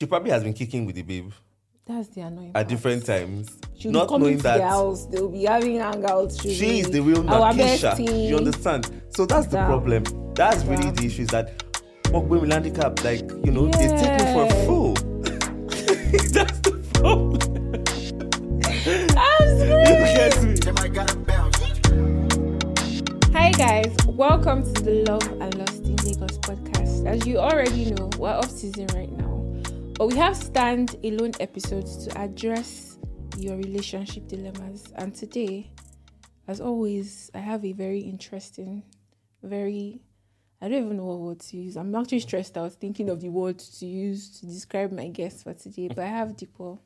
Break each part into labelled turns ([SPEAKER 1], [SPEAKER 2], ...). [SPEAKER 1] she probably has been kicking with the babe
[SPEAKER 2] That's the annoying.
[SPEAKER 1] at
[SPEAKER 2] part.
[SPEAKER 1] different times,
[SPEAKER 2] She'll
[SPEAKER 1] not
[SPEAKER 2] be coming
[SPEAKER 1] knowing
[SPEAKER 2] to
[SPEAKER 1] that
[SPEAKER 2] the house. They'll be having hangouts. She'll
[SPEAKER 1] she
[SPEAKER 2] be
[SPEAKER 1] is the real
[SPEAKER 2] our
[SPEAKER 1] Nakisha.
[SPEAKER 2] bestie.
[SPEAKER 1] You understand? So that's the
[SPEAKER 2] Damn.
[SPEAKER 1] problem. That's really
[SPEAKER 2] Damn.
[SPEAKER 1] the issue is that what women handicap, like, you know, they take me for a
[SPEAKER 2] Yeah.
[SPEAKER 1] fool. that's the problem.
[SPEAKER 2] I'm
[SPEAKER 1] You
[SPEAKER 2] screaming.
[SPEAKER 1] get me?
[SPEAKER 2] Hi guys, welcome to the Love and Lost in Lagos podcast. As you already know, we're off season right now, but we have stand alone episodes to address your relationship dilemmas. And today, as always, I have a very interesting, very I don't even know what word to use. I'm actually stressed out thinking of the word to use to describe my guest for today, but I have Deepo.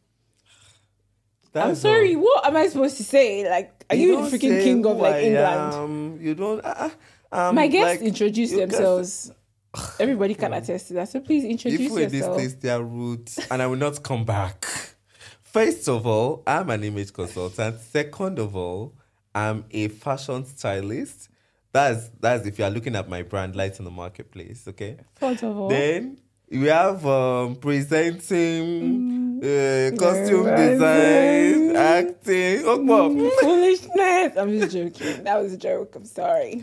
[SPEAKER 1] That's
[SPEAKER 2] I'm
[SPEAKER 1] all.
[SPEAKER 2] sorry, what am I supposed to say? Like, are you,
[SPEAKER 1] don't say
[SPEAKER 2] the freaking king of
[SPEAKER 1] who I
[SPEAKER 2] like England?
[SPEAKER 1] am. You don't. Uh, um,
[SPEAKER 2] My guests
[SPEAKER 1] like,
[SPEAKER 2] introduce
[SPEAKER 1] you guys-
[SPEAKER 2] themselves. Everybody can attest to that. So please introduce
[SPEAKER 1] People in this
[SPEAKER 2] yourself.
[SPEAKER 1] place, they are rude, and I will not come back. First of all, I'm an image consultant. Second of all, I'm a fashion stylist. That's that's if you are looking at my brand lights in the marketplace. Okay.
[SPEAKER 2] First of all,
[SPEAKER 1] Then we have um, presenting,
[SPEAKER 2] Mm.
[SPEAKER 1] uh, costume
[SPEAKER 2] Presenting.
[SPEAKER 1] design, acting. Oh, wow.
[SPEAKER 2] Mm. foolishness. I'm just joking. That was a joke. I'm sorry.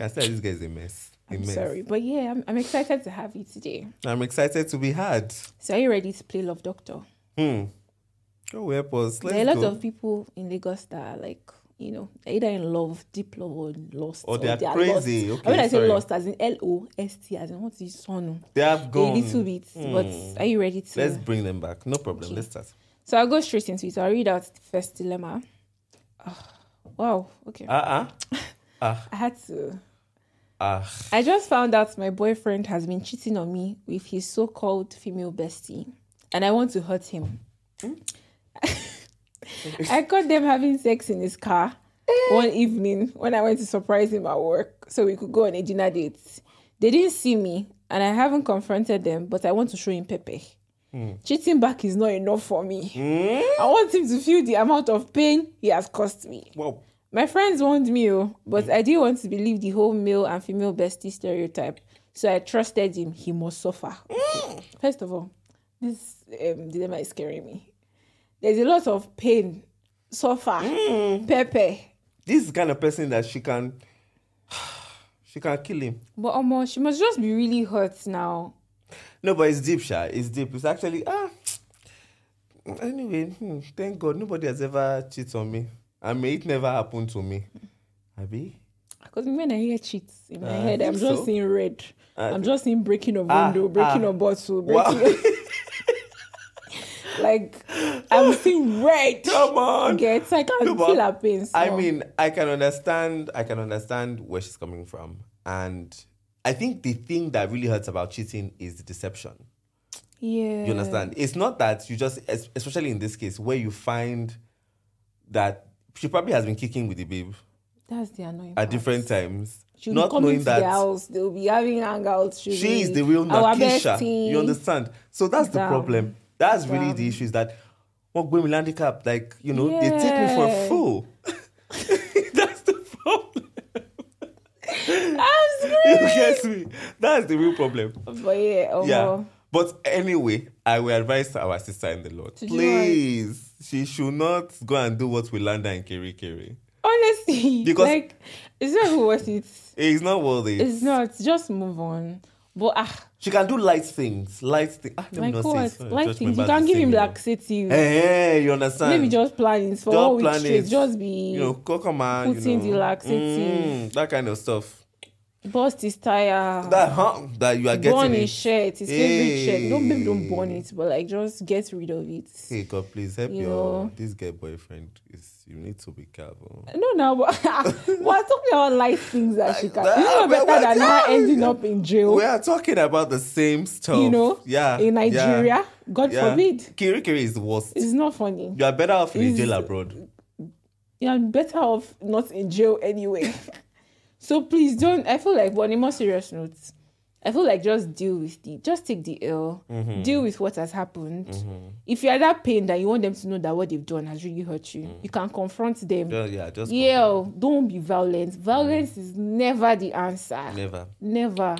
[SPEAKER 1] I said this guy's a mess. A
[SPEAKER 2] I'm
[SPEAKER 1] mess.
[SPEAKER 2] sorry. But yeah, I'm, I'm excited to have you today.
[SPEAKER 1] I'm excited to be had.
[SPEAKER 2] So are you ready to play Love Doctor?
[SPEAKER 1] Hmm. Go help us. Let's
[SPEAKER 2] there are a lot
[SPEAKER 1] go.
[SPEAKER 2] of people in Lagos that are like, you know, they're either in love, deep love, or lost.
[SPEAKER 1] Or Oh, they are crazy.
[SPEAKER 2] Lost.
[SPEAKER 1] Okay,
[SPEAKER 2] I mean, I say
[SPEAKER 1] sorry.
[SPEAKER 2] lost as in L O S T, as in what is son?
[SPEAKER 1] they have
[SPEAKER 2] A
[SPEAKER 1] gone.
[SPEAKER 2] little bit. But are you ready to?
[SPEAKER 1] Hmm. Let's bring them back. No problem. Let's start.
[SPEAKER 2] So I'll go straight into it. I'll read out the first dilemma. Ah, wow. Okay.
[SPEAKER 1] Uh uh
[SPEAKER 2] I had to.
[SPEAKER 1] Ah.
[SPEAKER 2] I just found out my boyfriend has been cheating on me with his so called female bestie, and I want to hurt him. I caught them having sex in his car one evening when I went to surprise him at work so we could go on a dinner date. They didn't see me, and I haven't confronted them, but I want to show him Pepe. Cheating back is not enough for me.
[SPEAKER 1] Hmm?
[SPEAKER 2] I want him to feel the amount of pain he has caused me.
[SPEAKER 1] Well,
[SPEAKER 2] My friends warned me, oh, but I didn't want to believe the whole male and female bestie stereotype. So I trusted him. He must suffer. First of all, this um, dilemma is scaring me. There's a lot of pain, suffer, Pepe.
[SPEAKER 1] this is the kind of person that she can. She can kill him.
[SPEAKER 2] But Omo, she must just be really hurt now.
[SPEAKER 1] No, but it's deep, Sha. It's deep. It's actually ah. Anyway, hmm, thank God nobody has ever cheated on me. I mean, it never happened to me. Abi,
[SPEAKER 2] Because when I hear cheats in my
[SPEAKER 1] Uh, I
[SPEAKER 2] head, I'm
[SPEAKER 1] think
[SPEAKER 2] just
[SPEAKER 1] so.
[SPEAKER 2] seeing red. I'm just seeing breaking of
[SPEAKER 1] Ah,
[SPEAKER 2] window, breaking
[SPEAKER 1] ah.
[SPEAKER 2] of bottle,
[SPEAKER 1] Wow.
[SPEAKER 2] breaking. like I'm seeing red.
[SPEAKER 1] come on.
[SPEAKER 2] Gets I can
[SPEAKER 1] No, but
[SPEAKER 2] feel her pain. So.
[SPEAKER 1] I mean, I can understand. I can understand where she's coming from, and I think the thing that really hurts about cheating is the deception.
[SPEAKER 2] Yeah.
[SPEAKER 1] You understand? It's not that you just, es- especially in this case, where you find that she probably has been kicking with the babe
[SPEAKER 2] That's the annoying.
[SPEAKER 1] at
[SPEAKER 2] part.
[SPEAKER 1] different times,
[SPEAKER 2] She'll
[SPEAKER 1] not
[SPEAKER 2] be coming
[SPEAKER 1] knowing
[SPEAKER 2] to the
[SPEAKER 1] that
[SPEAKER 2] house. They'll be having hangouts. She'll
[SPEAKER 1] she
[SPEAKER 2] be
[SPEAKER 1] is the real
[SPEAKER 2] our
[SPEAKER 1] Nakisha.
[SPEAKER 2] bestie.
[SPEAKER 1] You understand? So that's the
[SPEAKER 2] Damn.
[SPEAKER 1] problem. That's really
[SPEAKER 2] Damn.
[SPEAKER 1] the issue is that what women handicap, like you know, they take me for a
[SPEAKER 2] Yeah.
[SPEAKER 1] fool. that's the problem.
[SPEAKER 2] I'm
[SPEAKER 1] You
[SPEAKER 2] screaming.
[SPEAKER 1] get me? That's the real problem.
[SPEAKER 2] but yeah, oh
[SPEAKER 1] Yeah. But anyway, I will advise our sister in the Lord.
[SPEAKER 2] To do what?
[SPEAKER 1] Please, she should not go and do what we land in Eh, Kiri Kiri.
[SPEAKER 2] honestly,
[SPEAKER 1] Because-
[SPEAKER 2] like, it's not worth it.
[SPEAKER 1] It's not worthy.
[SPEAKER 2] It's not. Just move on. But ah,
[SPEAKER 1] she can do light things. Light things. Ah, let me
[SPEAKER 2] my
[SPEAKER 1] not
[SPEAKER 2] God,
[SPEAKER 1] say it.
[SPEAKER 2] like things. You
[SPEAKER 1] Judgment
[SPEAKER 2] can
[SPEAKER 1] bad
[SPEAKER 2] give
[SPEAKER 1] thing,
[SPEAKER 2] him
[SPEAKER 1] you know.
[SPEAKER 2] laxative.
[SPEAKER 1] Hey, hey, you understand?
[SPEAKER 2] Maybe just plannings for
[SPEAKER 1] Just
[SPEAKER 2] all week
[SPEAKER 1] plan
[SPEAKER 2] straight.
[SPEAKER 1] it.
[SPEAKER 2] Just be
[SPEAKER 1] you know, coconut, you
[SPEAKER 2] putting
[SPEAKER 1] know,
[SPEAKER 2] the laxative.
[SPEAKER 1] mm, that kind of stuff.
[SPEAKER 2] bust his tire.
[SPEAKER 1] That huh? That you are getting.
[SPEAKER 2] burn
[SPEAKER 1] in-
[SPEAKER 2] his shirt, his
[SPEAKER 1] Hey.
[SPEAKER 2] favorite shirt. Don't maybe don't burn it, but like just get rid of it.
[SPEAKER 1] Hey God, please help
[SPEAKER 2] You
[SPEAKER 1] your
[SPEAKER 2] know.
[SPEAKER 1] this guy boyfriend. Is you need to be careful.
[SPEAKER 2] No, no, but we're talking about light things that she can.
[SPEAKER 1] Like,
[SPEAKER 2] You know
[SPEAKER 1] ah, but
[SPEAKER 2] better
[SPEAKER 1] what-
[SPEAKER 2] than her ending up in jail.
[SPEAKER 1] We are talking about the same stuff.
[SPEAKER 2] you know,
[SPEAKER 1] Yeah.
[SPEAKER 2] in
[SPEAKER 1] yeah,
[SPEAKER 2] Nigeria, God
[SPEAKER 1] yeah.
[SPEAKER 2] forbid,
[SPEAKER 1] Kirikiri is worse.
[SPEAKER 2] it's not funny.
[SPEAKER 1] You are better off in
[SPEAKER 2] Is-
[SPEAKER 1] jail abroad.
[SPEAKER 2] You're better off not in jail anyway. so please don't. I feel like, but on a more serious note, I feel like just deal with the, just take the L,
[SPEAKER 1] Mm-hmm.
[SPEAKER 2] deal with what has happened. If you are that pain that you want them to know that what they've done has really hurt you, you can confront
[SPEAKER 1] Mm.
[SPEAKER 2] them.
[SPEAKER 1] Just, Mm. yeah, just
[SPEAKER 2] Yeah, oh, don't be violent. Violence is never the answer.
[SPEAKER 1] never.
[SPEAKER 2] Never.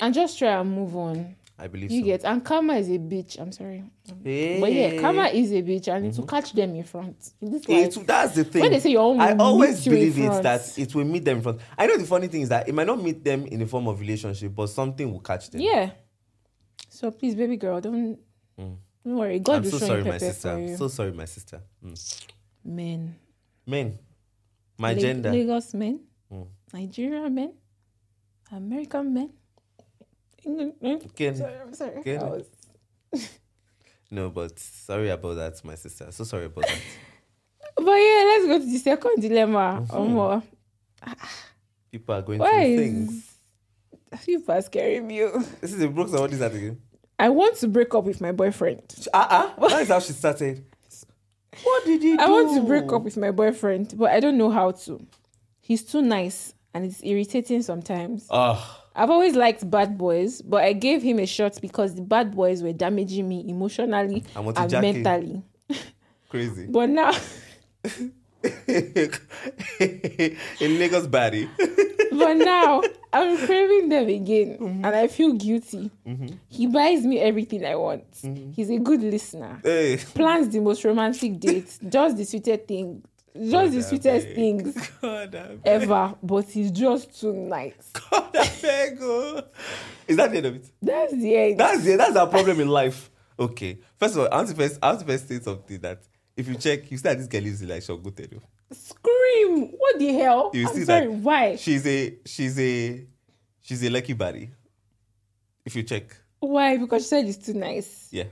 [SPEAKER 2] And just try and move on.
[SPEAKER 1] I believe
[SPEAKER 2] You
[SPEAKER 1] so.
[SPEAKER 2] get and karma is a bitch. I'm sorry,
[SPEAKER 1] Hey.
[SPEAKER 2] but yeah, karma is a bitch, and it will catch them in front. In this life,
[SPEAKER 1] Mhm. It, that's the thing.
[SPEAKER 2] When they say your own
[SPEAKER 1] I
[SPEAKER 2] will
[SPEAKER 1] always
[SPEAKER 2] meet you in
[SPEAKER 1] believe it's
[SPEAKER 2] front.
[SPEAKER 1] that it will meet them in front. I know the funny thing is that it might not meet them in the form of relationship, but something will catch them.
[SPEAKER 2] yeah. So please, baby girl, don't don't worry. God
[SPEAKER 1] Mm. I'm
[SPEAKER 2] will
[SPEAKER 1] so
[SPEAKER 2] show
[SPEAKER 1] sorry,
[SPEAKER 2] you
[SPEAKER 1] my
[SPEAKER 2] pepper
[SPEAKER 1] sister.
[SPEAKER 2] for you.
[SPEAKER 1] I'm so sorry, my sister. Mm.
[SPEAKER 2] men,
[SPEAKER 1] Men, my
[SPEAKER 2] Lag-
[SPEAKER 1] gender.
[SPEAKER 2] Lagos men,
[SPEAKER 1] Mm.
[SPEAKER 2] Nigerian men, American men. England men.
[SPEAKER 1] Ken.
[SPEAKER 2] Sorry, I'm sorry.
[SPEAKER 1] Get
[SPEAKER 2] I
[SPEAKER 1] it.
[SPEAKER 2] was-
[SPEAKER 1] No, but sorry about that, my sister. So sorry about that.
[SPEAKER 2] But yeah, let's go to the second dilemma. Or
[SPEAKER 1] Mhm.
[SPEAKER 2] more.
[SPEAKER 1] People are going
[SPEAKER 2] Why
[SPEAKER 1] through things.
[SPEAKER 2] is you are scaring me?
[SPEAKER 1] This is a Brooks and what is that again?
[SPEAKER 2] I want to break up with my boyfriend.
[SPEAKER 1] Ah uh-uh. That is how she started. What did you do?
[SPEAKER 2] I want to break up with my boyfriend, but I don't know how to. He's too nice and it's irritating sometimes.
[SPEAKER 1] Oh,
[SPEAKER 2] I've always liked bad boys, but I gave him a shot because the bad boys were damaging me emotionally
[SPEAKER 1] I want to
[SPEAKER 2] and
[SPEAKER 1] jack it.
[SPEAKER 2] mentally.
[SPEAKER 1] crazy.
[SPEAKER 2] But now,
[SPEAKER 1] in Lagos body.
[SPEAKER 2] but now I'm craving them again
[SPEAKER 1] Mm-hmm.
[SPEAKER 2] and I feel guilty. He buys me everything I want.
[SPEAKER 1] Mm-hmm.
[SPEAKER 2] He's a good listener.
[SPEAKER 1] Hey.
[SPEAKER 2] plans the most romantic dates, just the sweetest thing, just the sweetest things
[SPEAKER 1] God, I beg.
[SPEAKER 2] ever. But he's just too nice.
[SPEAKER 1] God, I beg. oh. Is that the end of it?
[SPEAKER 2] That's the end.
[SPEAKER 1] That's it. That's our problem in life. Okay. First of all, I want to first, I want to first say something that if you check, you see that this girl lives in like Shogutero.
[SPEAKER 2] Scream! What the hell?
[SPEAKER 1] You
[SPEAKER 2] I'm
[SPEAKER 1] see
[SPEAKER 2] sorry.
[SPEAKER 1] that
[SPEAKER 2] Why?
[SPEAKER 1] She's a she's a she's a lucky body. If you check,
[SPEAKER 2] Why? Because she said it's too nice.
[SPEAKER 1] yeah,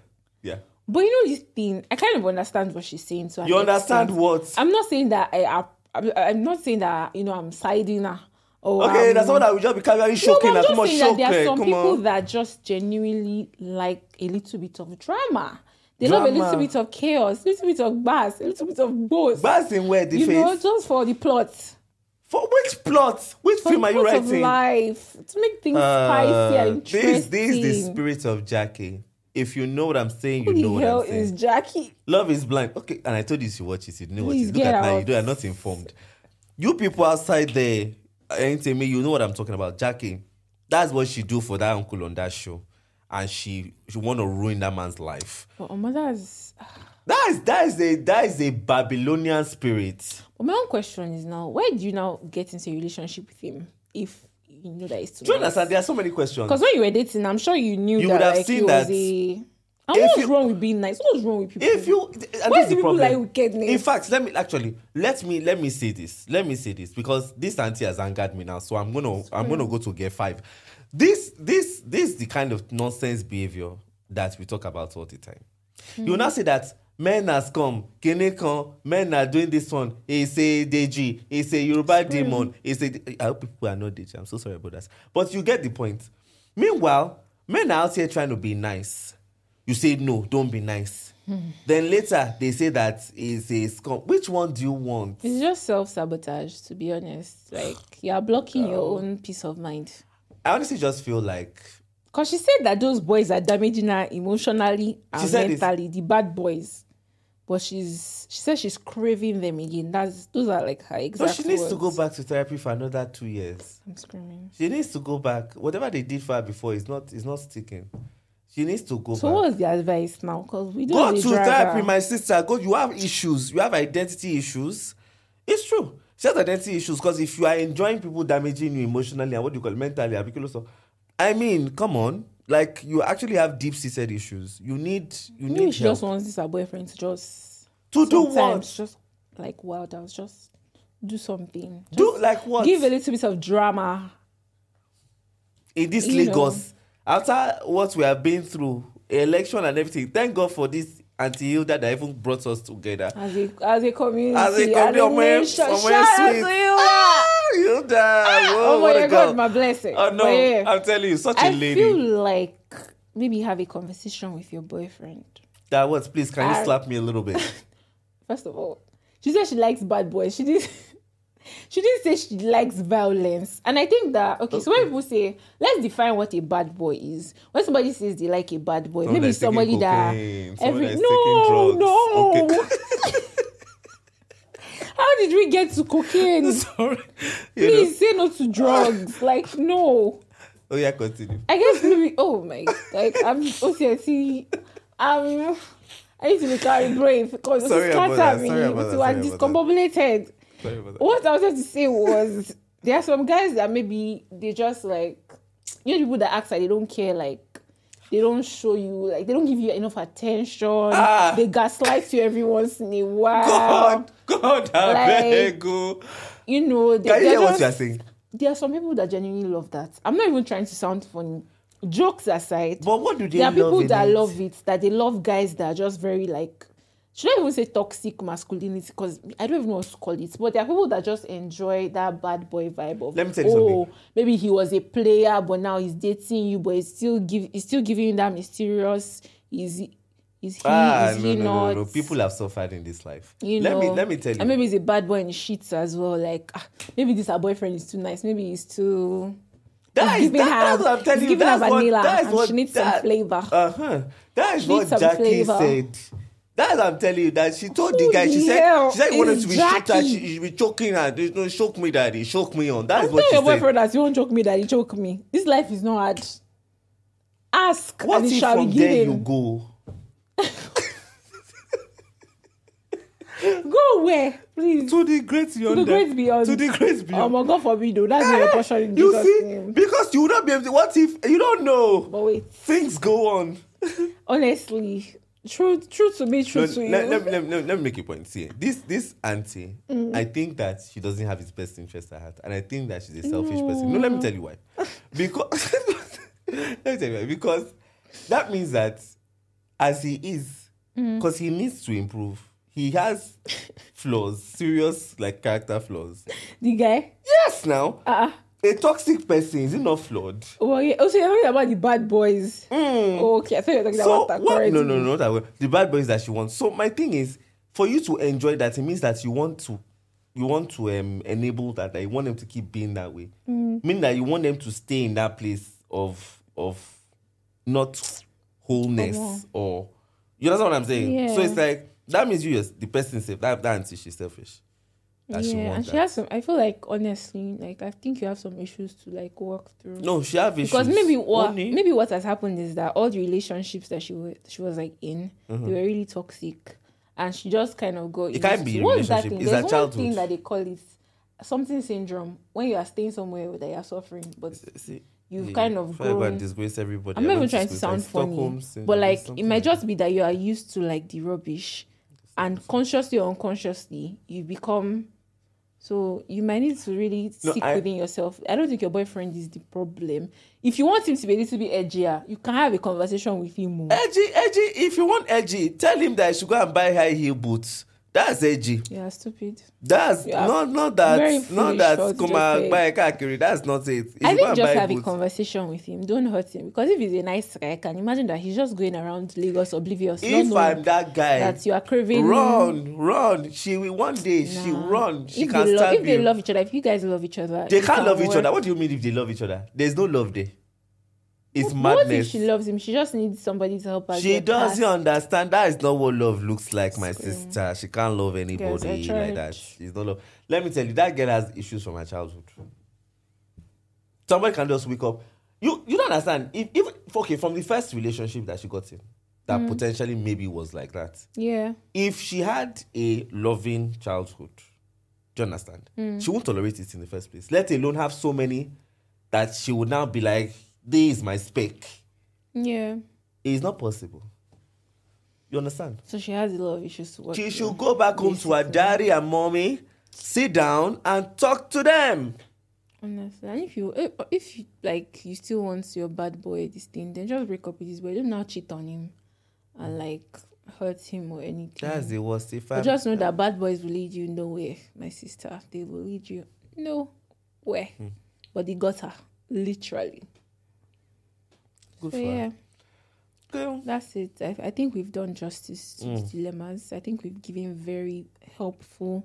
[SPEAKER 1] yeah.
[SPEAKER 2] But you know this thing. I kind of understand what she's saying. So
[SPEAKER 1] You understand what?
[SPEAKER 2] I'm not saying that I. I I'm- I'm not saying that you know I'm siding her. Or
[SPEAKER 1] okay,
[SPEAKER 2] I'm-
[SPEAKER 1] that's what I will just be casually
[SPEAKER 2] No,
[SPEAKER 1] shocking.
[SPEAKER 2] but I'm
[SPEAKER 1] her. Come
[SPEAKER 2] Um, just
[SPEAKER 1] on,
[SPEAKER 2] saying that
[SPEAKER 1] shock
[SPEAKER 2] there are
[SPEAKER 1] her.
[SPEAKER 2] some
[SPEAKER 1] Come
[SPEAKER 2] people
[SPEAKER 1] on.
[SPEAKER 2] that just genuinely like a little bit of drama. They love a
[SPEAKER 1] Drama.
[SPEAKER 2] little bit of chaos, a little bit of bass, a little bit of both.
[SPEAKER 1] That's in where the
[SPEAKER 2] you
[SPEAKER 1] face.
[SPEAKER 2] know, just for the plot,
[SPEAKER 1] For which plot? Which
[SPEAKER 2] for
[SPEAKER 1] film
[SPEAKER 2] the
[SPEAKER 1] are you
[SPEAKER 2] plot of
[SPEAKER 1] writing?
[SPEAKER 2] life, to make things spicy
[SPEAKER 1] Uh,
[SPEAKER 2] and
[SPEAKER 1] this
[SPEAKER 2] interesting.
[SPEAKER 1] this is the spirit of Jackie. If you know what I'm saying, you
[SPEAKER 2] Who
[SPEAKER 1] know
[SPEAKER 2] the
[SPEAKER 1] what
[SPEAKER 2] hell
[SPEAKER 1] I'm saying.
[SPEAKER 2] is Jackie?
[SPEAKER 1] Love is blind. Okay, and I told you to watch it. You know what
[SPEAKER 2] Please
[SPEAKER 1] it is. Look
[SPEAKER 2] get
[SPEAKER 1] at now.
[SPEAKER 2] out.
[SPEAKER 1] You do are not informed. You people outside there, anything me, you know what I'm talking about. Jackie, that's what she do for that uncle on that show, and she she want to ruin that man's life.
[SPEAKER 2] But Oma, that's.
[SPEAKER 1] That is that is a that is a Babylonian spirit.
[SPEAKER 2] But my own question is now: Where do you now get into a relationship with him if you know that it's too?
[SPEAKER 1] Do you
[SPEAKER 2] much?
[SPEAKER 1] understand? There are so many questions.
[SPEAKER 2] Because when you were dating, I'm sure you knew
[SPEAKER 1] You
[SPEAKER 2] that
[SPEAKER 1] would have
[SPEAKER 2] like,
[SPEAKER 1] seen
[SPEAKER 2] he was
[SPEAKER 1] that.
[SPEAKER 2] a. And
[SPEAKER 1] If
[SPEAKER 2] what was
[SPEAKER 1] you-
[SPEAKER 2] wrong with being nice? What was wrong with people?
[SPEAKER 1] If you, and
[SPEAKER 2] Why
[SPEAKER 1] this is
[SPEAKER 2] do
[SPEAKER 1] the
[SPEAKER 2] people like
[SPEAKER 1] problem.
[SPEAKER 2] wickedness?
[SPEAKER 1] In fact, let me actually let me let me say this. Let me say this because this auntie has angered me now. So I'm gonna I'm gonna go to gear five. This this this is the kind of nonsense behavior that we talk about all the time.
[SPEAKER 2] Hmm.
[SPEAKER 1] You now say that men has come, kene come, men are doing this one. It's a Deji, it's a Yoruba demon, it's a. I hope people are not Deji. I'm so sorry about that. But you get the point. Meanwhile, men are out here trying to be nice you say no don't be nice then later they say that is a scum which one do you want
[SPEAKER 2] It's just self sabotage, to be honest. Like you're blocking
[SPEAKER 1] Oh.
[SPEAKER 2] your own peace of mind.
[SPEAKER 1] i honestly just feel like
[SPEAKER 2] Cause she said that those boys are damaging her emotionally and
[SPEAKER 1] said this.
[SPEAKER 2] mentally, the bad boys. But she's she said she's craving them again. That's those are like her
[SPEAKER 1] so
[SPEAKER 2] exact.
[SPEAKER 1] she needs to go
[SPEAKER 2] words.
[SPEAKER 1] back to therapy for another two years
[SPEAKER 2] I'm screaming.
[SPEAKER 1] she needs to go back whatever they did for her before is not is not sticking she needs to go
[SPEAKER 2] So
[SPEAKER 1] back
[SPEAKER 2] what's the advice now? Cause we
[SPEAKER 1] go
[SPEAKER 2] don't.
[SPEAKER 1] to
[SPEAKER 2] dey drag
[SPEAKER 1] therapy
[SPEAKER 2] her.
[SPEAKER 1] my sister go you have issues you have identity issues it's true she has identity issues because if you are enjoying people damaging you emotionally and what do you call it, mentally abicular stuff i mean come on like you actually have deep-seated issues you need you
[SPEAKER 2] Maybe
[SPEAKER 1] need
[SPEAKER 2] she
[SPEAKER 1] help
[SPEAKER 2] just wants this her boyfriend to just
[SPEAKER 1] to do
[SPEAKER 2] sometimes
[SPEAKER 1] what
[SPEAKER 2] just like wild out, just do something.
[SPEAKER 1] do like what
[SPEAKER 2] Give a little bit of drama.
[SPEAKER 1] in this
[SPEAKER 2] you know.
[SPEAKER 1] lagos after what we have been through election and everything thank god for this auntie hilda that even brought us together
[SPEAKER 2] As a as a community,
[SPEAKER 1] as a company
[SPEAKER 2] a
[SPEAKER 1] of oh, my
[SPEAKER 2] nation. Shout out to you.
[SPEAKER 1] ah, Hilda
[SPEAKER 2] oh
[SPEAKER 1] whoa, what
[SPEAKER 2] my
[SPEAKER 1] a
[SPEAKER 2] God,
[SPEAKER 1] girl.
[SPEAKER 2] my blessing.
[SPEAKER 1] Oh no,
[SPEAKER 2] But yeah,
[SPEAKER 1] I'm telling you, such a
[SPEAKER 2] I
[SPEAKER 1] lady.
[SPEAKER 2] feel like maybe have a conversation with your boyfriend.
[SPEAKER 1] That was please can
[SPEAKER 2] I-
[SPEAKER 1] you slap me a little bit?
[SPEAKER 2] First of all, she said she likes bad boys. She did. She didn't say she likes violence. And I think that, okay, so when people say, let's define what a bad boy is. When somebody says they like a bad boy,
[SPEAKER 1] Someone
[SPEAKER 2] maybe
[SPEAKER 1] that's taking
[SPEAKER 2] somebody that.
[SPEAKER 1] cocaine, someone
[SPEAKER 2] Every,
[SPEAKER 1] that's
[SPEAKER 2] no,
[SPEAKER 1] taking drugs.
[SPEAKER 2] no.
[SPEAKER 1] Okay.
[SPEAKER 2] How did we get to cocaine?
[SPEAKER 1] Sorry. You know,
[SPEAKER 2] Please say no to drugs. like, no.
[SPEAKER 1] Oh yeah, continue.
[SPEAKER 2] I guess maybe. Oh my! Like I'm OCLC. Um, I need to be carried brave because
[SPEAKER 1] Sorry
[SPEAKER 2] it's
[SPEAKER 1] about that,
[SPEAKER 2] cancer
[SPEAKER 1] sorry
[SPEAKER 2] me.
[SPEAKER 1] about that,
[SPEAKER 2] So
[SPEAKER 1] sorry
[SPEAKER 2] I'm
[SPEAKER 1] about that.
[SPEAKER 2] discombobulated.
[SPEAKER 1] Sorry about that.
[SPEAKER 2] What I wanted to say was there are some guys that maybe they just like you know people that act like they don't care like. They don't show you like they don't give you enough attention.
[SPEAKER 1] Ah.
[SPEAKER 2] They gaslight you every once in a while.
[SPEAKER 1] God, God, I
[SPEAKER 2] Like-
[SPEAKER 1] beg you.
[SPEAKER 2] You know, they,
[SPEAKER 1] Can you
[SPEAKER 2] they're
[SPEAKER 1] hear what
[SPEAKER 2] just-
[SPEAKER 1] you are saying?
[SPEAKER 2] there are some people that genuinely love that. I'm not even trying to sound funny. Jokes aside,
[SPEAKER 1] But what do they
[SPEAKER 2] there are people
[SPEAKER 1] love in
[SPEAKER 2] that
[SPEAKER 1] it?
[SPEAKER 2] love it, that they love guys that are just very like, should I even say toxic masculinity? Because I don't even know what to call it. But there are people that just enjoy that bad boy vibe of.
[SPEAKER 1] Let me tell you
[SPEAKER 2] oh,
[SPEAKER 1] something."
[SPEAKER 2] maybe he was a player, but now he's dating you, but he's still give, he's still giving you that mysterious. Is he? Is he?
[SPEAKER 1] Ah,
[SPEAKER 2] is
[SPEAKER 1] no,
[SPEAKER 2] he
[SPEAKER 1] no,
[SPEAKER 2] not?
[SPEAKER 1] no, no. People have suffered in this life.
[SPEAKER 2] you
[SPEAKER 1] let
[SPEAKER 2] know.
[SPEAKER 1] me let me tell you.
[SPEAKER 2] And maybe he's a bad boy and he cheats as well. Like ah, maybe this her boyfriend is too nice. Maybe he's too.
[SPEAKER 1] that
[SPEAKER 2] he's
[SPEAKER 1] is,
[SPEAKER 2] giving
[SPEAKER 1] that,
[SPEAKER 2] her-
[SPEAKER 1] that's what I'm telling
[SPEAKER 2] he's
[SPEAKER 1] you.
[SPEAKER 2] giving her
[SPEAKER 1] That's what,
[SPEAKER 2] vanilla
[SPEAKER 1] that is
[SPEAKER 2] and
[SPEAKER 1] what
[SPEAKER 2] she needs some
[SPEAKER 1] that,
[SPEAKER 2] flavor.
[SPEAKER 1] Uh huh. That is
[SPEAKER 2] She
[SPEAKER 1] what
[SPEAKER 2] needs some
[SPEAKER 1] Jackie
[SPEAKER 2] flavor.
[SPEAKER 1] said. That's what I'm telling you. That she told
[SPEAKER 2] Who
[SPEAKER 1] the guy.
[SPEAKER 2] the
[SPEAKER 1] She said
[SPEAKER 2] hell
[SPEAKER 1] she said he wanted
[SPEAKER 2] is
[SPEAKER 1] to be shocked. That
[SPEAKER 2] Jackie?
[SPEAKER 1] she, she be choking her. There's no shock me, daddy. Shock me on. That is
[SPEAKER 2] Tell
[SPEAKER 1] what she
[SPEAKER 2] your
[SPEAKER 1] said.
[SPEAKER 2] boyfriend that you won't choke me, that you choke me. This life is not hard. Ask
[SPEAKER 1] What
[SPEAKER 2] and it
[SPEAKER 1] if
[SPEAKER 2] shall
[SPEAKER 1] from
[SPEAKER 2] be given.
[SPEAKER 1] there you go?
[SPEAKER 2] Go where, please.
[SPEAKER 1] to the great beyond. them.
[SPEAKER 2] the great beyond.
[SPEAKER 1] To the great
[SPEAKER 2] Oh
[SPEAKER 1] beyond.
[SPEAKER 2] my God, forbid, though. That's not your portion in
[SPEAKER 1] Eh, you
[SPEAKER 2] Jesus'
[SPEAKER 1] see,
[SPEAKER 2] name.
[SPEAKER 1] because you would not be able. To, what if you don't know?
[SPEAKER 2] But wait,
[SPEAKER 1] Things go on.
[SPEAKER 2] honestly, true, true to me, true
[SPEAKER 1] No,
[SPEAKER 2] to you.
[SPEAKER 1] let, let, me- let, me- let, me- let me make a point here. This this auntie,
[SPEAKER 2] Mm.
[SPEAKER 1] I think that she doesn't have his best interest at heart, and I think that she's a selfish person. No, let me tell you why. Because let me tell you why. Because that means that as he is,
[SPEAKER 2] Mm.
[SPEAKER 1] because he needs to improve. He has flaws, serious like character flaws.
[SPEAKER 2] the guy.
[SPEAKER 1] Yes, now
[SPEAKER 2] Uh-uh.
[SPEAKER 1] a toxic person is he not flawed?
[SPEAKER 2] Well, yeah. Also, you're talking about the bad boys. Oh,
[SPEAKER 1] Mm.
[SPEAKER 2] Okay, I thought you were talking
[SPEAKER 1] so
[SPEAKER 2] about that.
[SPEAKER 1] what?
[SPEAKER 2] correct
[SPEAKER 1] No,
[SPEAKER 2] me.
[SPEAKER 1] no, no, not that way. The bad boys that she wants. So my thing is, for you to enjoy that, it means that you want to, you want to um, enable that. That you want them to keep being that way.
[SPEAKER 2] Mm.
[SPEAKER 1] Meaning that you want them to stay in that place of of not wholeness or you know what I'm saying. So
[SPEAKER 2] Yeah.
[SPEAKER 1] it's like that means you, the person safe. That that auntie she's selfish. That she
[SPEAKER 2] yeah,
[SPEAKER 1] wants
[SPEAKER 2] and
[SPEAKER 1] that.
[SPEAKER 2] she has some. I feel like honestly, like I think you have some issues to like work through.
[SPEAKER 1] no, she have issues.
[SPEAKER 2] because maybe what
[SPEAKER 1] Only-
[SPEAKER 2] maybe what has happened is that all the relationships that she was she was like in, they were really toxic, and she just kind of got.
[SPEAKER 1] Mm-hmm. It can't
[SPEAKER 2] used
[SPEAKER 1] be
[SPEAKER 2] to-
[SPEAKER 1] a
[SPEAKER 2] what is that
[SPEAKER 1] relationship,
[SPEAKER 2] thing?
[SPEAKER 1] it's
[SPEAKER 2] There's
[SPEAKER 1] her
[SPEAKER 2] one
[SPEAKER 1] childhood.
[SPEAKER 2] thing that they call it something syndrome when you are staying somewhere that you are suffering, but
[SPEAKER 1] See,
[SPEAKER 2] you've
[SPEAKER 1] yeah,
[SPEAKER 2] kind of
[SPEAKER 1] forever
[SPEAKER 2] grown.
[SPEAKER 1] disgrace everybody.
[SPEAKER 2] I'm
[SPEAKER 1] I
[SPEAKER 2] not even
[SPEAKER 1] went
[SPEAKER 2] trying to
[SPEAKER 1] school,
[SPEAKER 2] sound
[SPEAKER 1] it's like Stockholm
[SPEAKER 2] funny,
[SPEAKER 1] syndrome,
[SPEAKER 2] but like it
[SPEAKER 1] something
[SPEAKER 2] might just be that you are used to like the rubbish, and consciously or unconsciously you become. So you might need to really
[SPEAKER 1] No,
[SPEAKER 2] seek
[SPEAKER 1] I-
[SPEAKER 2] within yourself. I don't think your boyfriend is the problem. If you want him to be a little bit edgier, you can have a conversation with him oh. more.
[SPEAKER 1] Edgy, edgy. If you want edgy, tell him that he should go and buy high heel boots. That's edgy.
[SPEAKER 2] Yeah, stupid.
[SPEAKER 1] That's
[SPEAKER 2] You are
[SPEAKER 1] not not
[SPEAKER 2] very
[SPEAKER 1] that not
[SPEAKER 2] foolish
[SPEAKER 1] that
[SPEAKER 2] for
[SPEAKER 1] come
[SPEAKER 2] just
[SPEAKER 1] and
[SPEAKER 2] saying.
[SPEAKER 1] buy a kakiri. That's not it. He
[SPEAKER 2] I
[SPEAKER 1] should go
[SPEAKER 2] think
[SPEAKER 1] and
[SPEAKER 2] just
[SPEAKER 1] buy
[SPEAKER 2] have a
[SPEAKER 1] boots.
[SPEAKER 2] conversation with him. Don't hurt him because if he's a nice guy, I can imagine that he's just going around Lagos oblivious, not
[SPEAKER 1] If I'm
[SPEAKER 2] knowing
[SPEAKER 1] that guy,
[SPEAKER 2] that you are craving
[SPEAKER 1] run, run. She will one day. She
[SPEAKER 2] Nah.
[SPEAKER 1] run. She
[SPEAKER 2] if
[SPEAKER 1] can
[SPEAKER 2] they love,
[SPEAKER 1] stab
[SPEAKER 2] if they
[SPEAKER 1] you.
[SPEAKER 2] love each other, if you guys love each other,
[SPEAKER 1] They
[SPEAKER 2] you
[SPEAKER 1] can't
[SPEAKER 2] can
[SPEAKER 1] love each
[SPEAKER 2] work.
[SPEAKER 1] other. What do you mean if they love each other? There's no love there. It's
[SPEAKER 2] What if
[SPEAKER 1] madness.
[SPEAKER 2] she loves him? She just needs somebody to help her.
[SPEAKER 1] She
[SPEAKER 2] get
[SPEAKER 1] doesn't
[SPEAKER 2] past.
[SPEAKER 1] understand. That is not what love looks like, my sister. She can't love anybody
[SPEAKER 2] Girls, I
[SPEAKER 1] like
[SPEAKER 2] tried.
[SPEAKER 1] that. She's not love. Let me tell you, that girl has issues from her childhood. Somebody can just wake up. You you don't understand. If if okay, from the first relationship that she got in, that potentially maybe was like that.
[SPEAKER 2] Yeah,
[SPEAKER 1] If she had a loving childhood, do you understand? She won't tolerate it in the first place. Let alone have so many that she would now be like, this is my spec.
[SPEAKER 2] yeah.
[SPEAKER 1] It's not possible. You understand?
[SPEAKER 2] So she has a lot of issues to work.
[SPEAKER 1] She
[SPEAKER 2] with.
[SPEAKER 1] should go back home to her daddy and mommy, sit down and talk to them.
[SPEAKER 2] Honestly, and if you if, if you, like you still want your bad boy this thing, then just break up with this boy. Don't now cheat on him and like hurt him or anything.
[SPEAKER 1] That's the worst. If
[SPEAKER 2] But
[SPEAKER 1] I
[SPEAKER 2] just know that bad boys will lead you nowhere, my sister. They will lead you nowhere,
[SPEAKER 1] Hmm.
[SPEAKER 2] but they got her literally.
[SPEAKER 1] good
[SPEAKER 2] So
[SPEAKER 1] for her.
[SPEAKER 2] yeah.
[SPEAKER 1] Girl.
[SPEAKER 2] That's it. I, I think we've done justice to
[SPEAKER 1] Mm.
[SPEAKER 2] the dilemmas. I think we've given very helpful,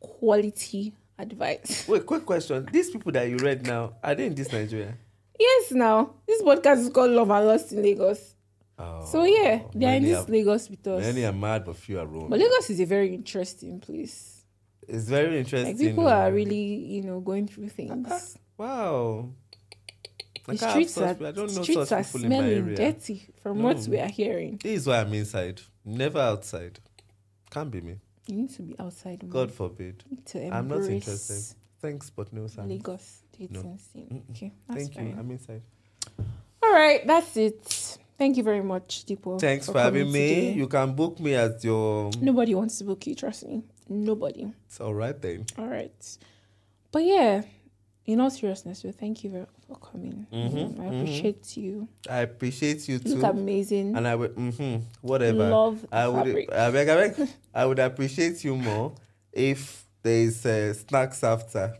[SPEAKER 2] quality advice.
[SPEAKER 1] Wait, quick question. These people that you read now, are they in this Nigeria?
[SPEAKER 2] yes, now this podcast is called Love and Lost in Lagos.
[SPEAKER 1] Oh,
[SPEAKER 2] so yeah, they are in
[SPEAKER 1] many
[SPEAKER 2] this Lagos with
[SPEAKER 1] Are,
[SPEAKER 2] us.
[SPEAKER 1] many are mad, but few are
[SPEAKER 2] But
[SPEAKER 1] wrong.
[SPEAKER 2] Lagos is a very interesting place.
[SPEAKER 1] It's very interesting.
[SPEAKER 2] Like people
[SPEAKER 1] oh.
[SPEAKER 2] are really, you know, going through things.
[SPEAKER 1] Wow. I
[SPEAKER 2] The
[SPEAKER 1] can't have
[SPEAKER 2] streets
[SPEAKER 1] such
[SPEAKER 2] are,
[SPEAKER 1] people. I don't know
[SPEAKER 2] streets
[SPEAKER 1] such
[SPEAKER 2] are
[SPEAKER 1] people in my
[SPEAKER 2] smelling
[SPEAKER 1] area.
[SPEAKER 2] dirty from what
[SPEAKER 1] No.
[SPEAKER 2] we are hearing.
[SPEAKER 1] This is why I'm inside, never outside. Can't be me.
[SPEAKER 2] You need to be outside more
[SPEAKER 1] God forbid.
[SPEAKER 2] to embrace
[SPEAKER 1] I'm not interested. Thanks, but no thanks.
[SPEAKER 2] Lagos dating scene.
[SPEAKER 1] Mm-mm.
[SPEAKER 2] Okay, that's
[SPEAKER 1] Thank
[SPEAKER 2] fine.
[SPEAKER 1] you. I'm inside.
[SPEAKER 2] All right, that's it. Thank you very much, Deepo.
[SPEAKER 1] Thanks for having
[SPEAKER 2] coming
[SPEAKER 1] me.
[SPEAKER 2] today.
[SPEAKER 1] You can book me as your.
[SPEAKER 2] Nobody wants to book you, trust me. Nobody.
[SPEAKER 1] It's all right then.
[SPEAKER 2] All right. But yeah, in all seriousness, we thank you very- for coming.
[SPEAKER 1] Mhm,
[SPEAKER 2] I
[SPEAKER 1] mhm.
[SPEAKER 2] appreciate you.
[SPEAKER 1] I appreciate you
[SPEAKER 2] You
[SPEAKER 1] too.
[SPEAKER 2] look amazing.
[SPEAKER 1] and I would, mm-hmm, whatever.
[SPEAKER 2] Love the
[SPEAKER 1] I would,
[SPEAKER 2] fabric.
[SPEAKER 1] I beg, I beg, I would appreciate you more if there is uh, snacks after.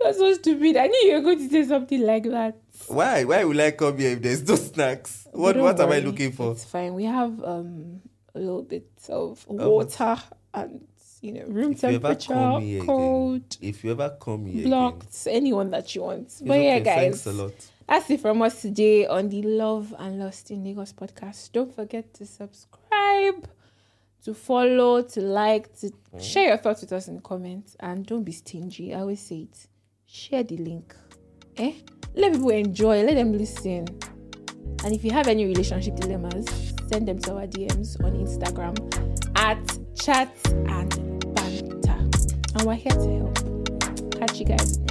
[SPEAKER 2] You're so stupid. I knew you were going to say something like that.
[SPEAKER 1] Why? Why will I come here if there's no snacks?
[SPEAKER 2] But
[SPEAKER 1] What
[SPEAKER 2] don't
[SPEAKER 1] What am I
[SPEAKER 2] worry,
[SPEAKER 1] looking for?
[SPEAKER 2] It's fine. We have um a little bit of
[SPEAKER 1] what?
[SPEAKER 2] water and you know room
[SPEAKER 1] If you ever come here
[SPEAKER 2] temperature,
[SPEAKER 1] again,
[SPEAKER 2] cold,
[SPEAKER 1] If you ever come here, again,
[SPEAKER 2] blocked, anyone that you want.
[SPEAKER 1] it's
[SPEAKER 2] but yeah,
[SPEAKER 1] okay,
[SPEAKER 2] guys,
[SPEAKER 1] Thanks a lot.
[SPEAKER 2] that's it from us today on the Love and Lost in Lagos podcast. Don't forget to subscribe, to follow, to like, to share your thoughts with us in the comments, and don't be stingy. I always say it. Share the link. Eh? Let people enjoy. Let them listen. And if you have any relationship dilemmas, send them to our DMs on Instagram at chat and banter. And we're here to help. Catch you guys.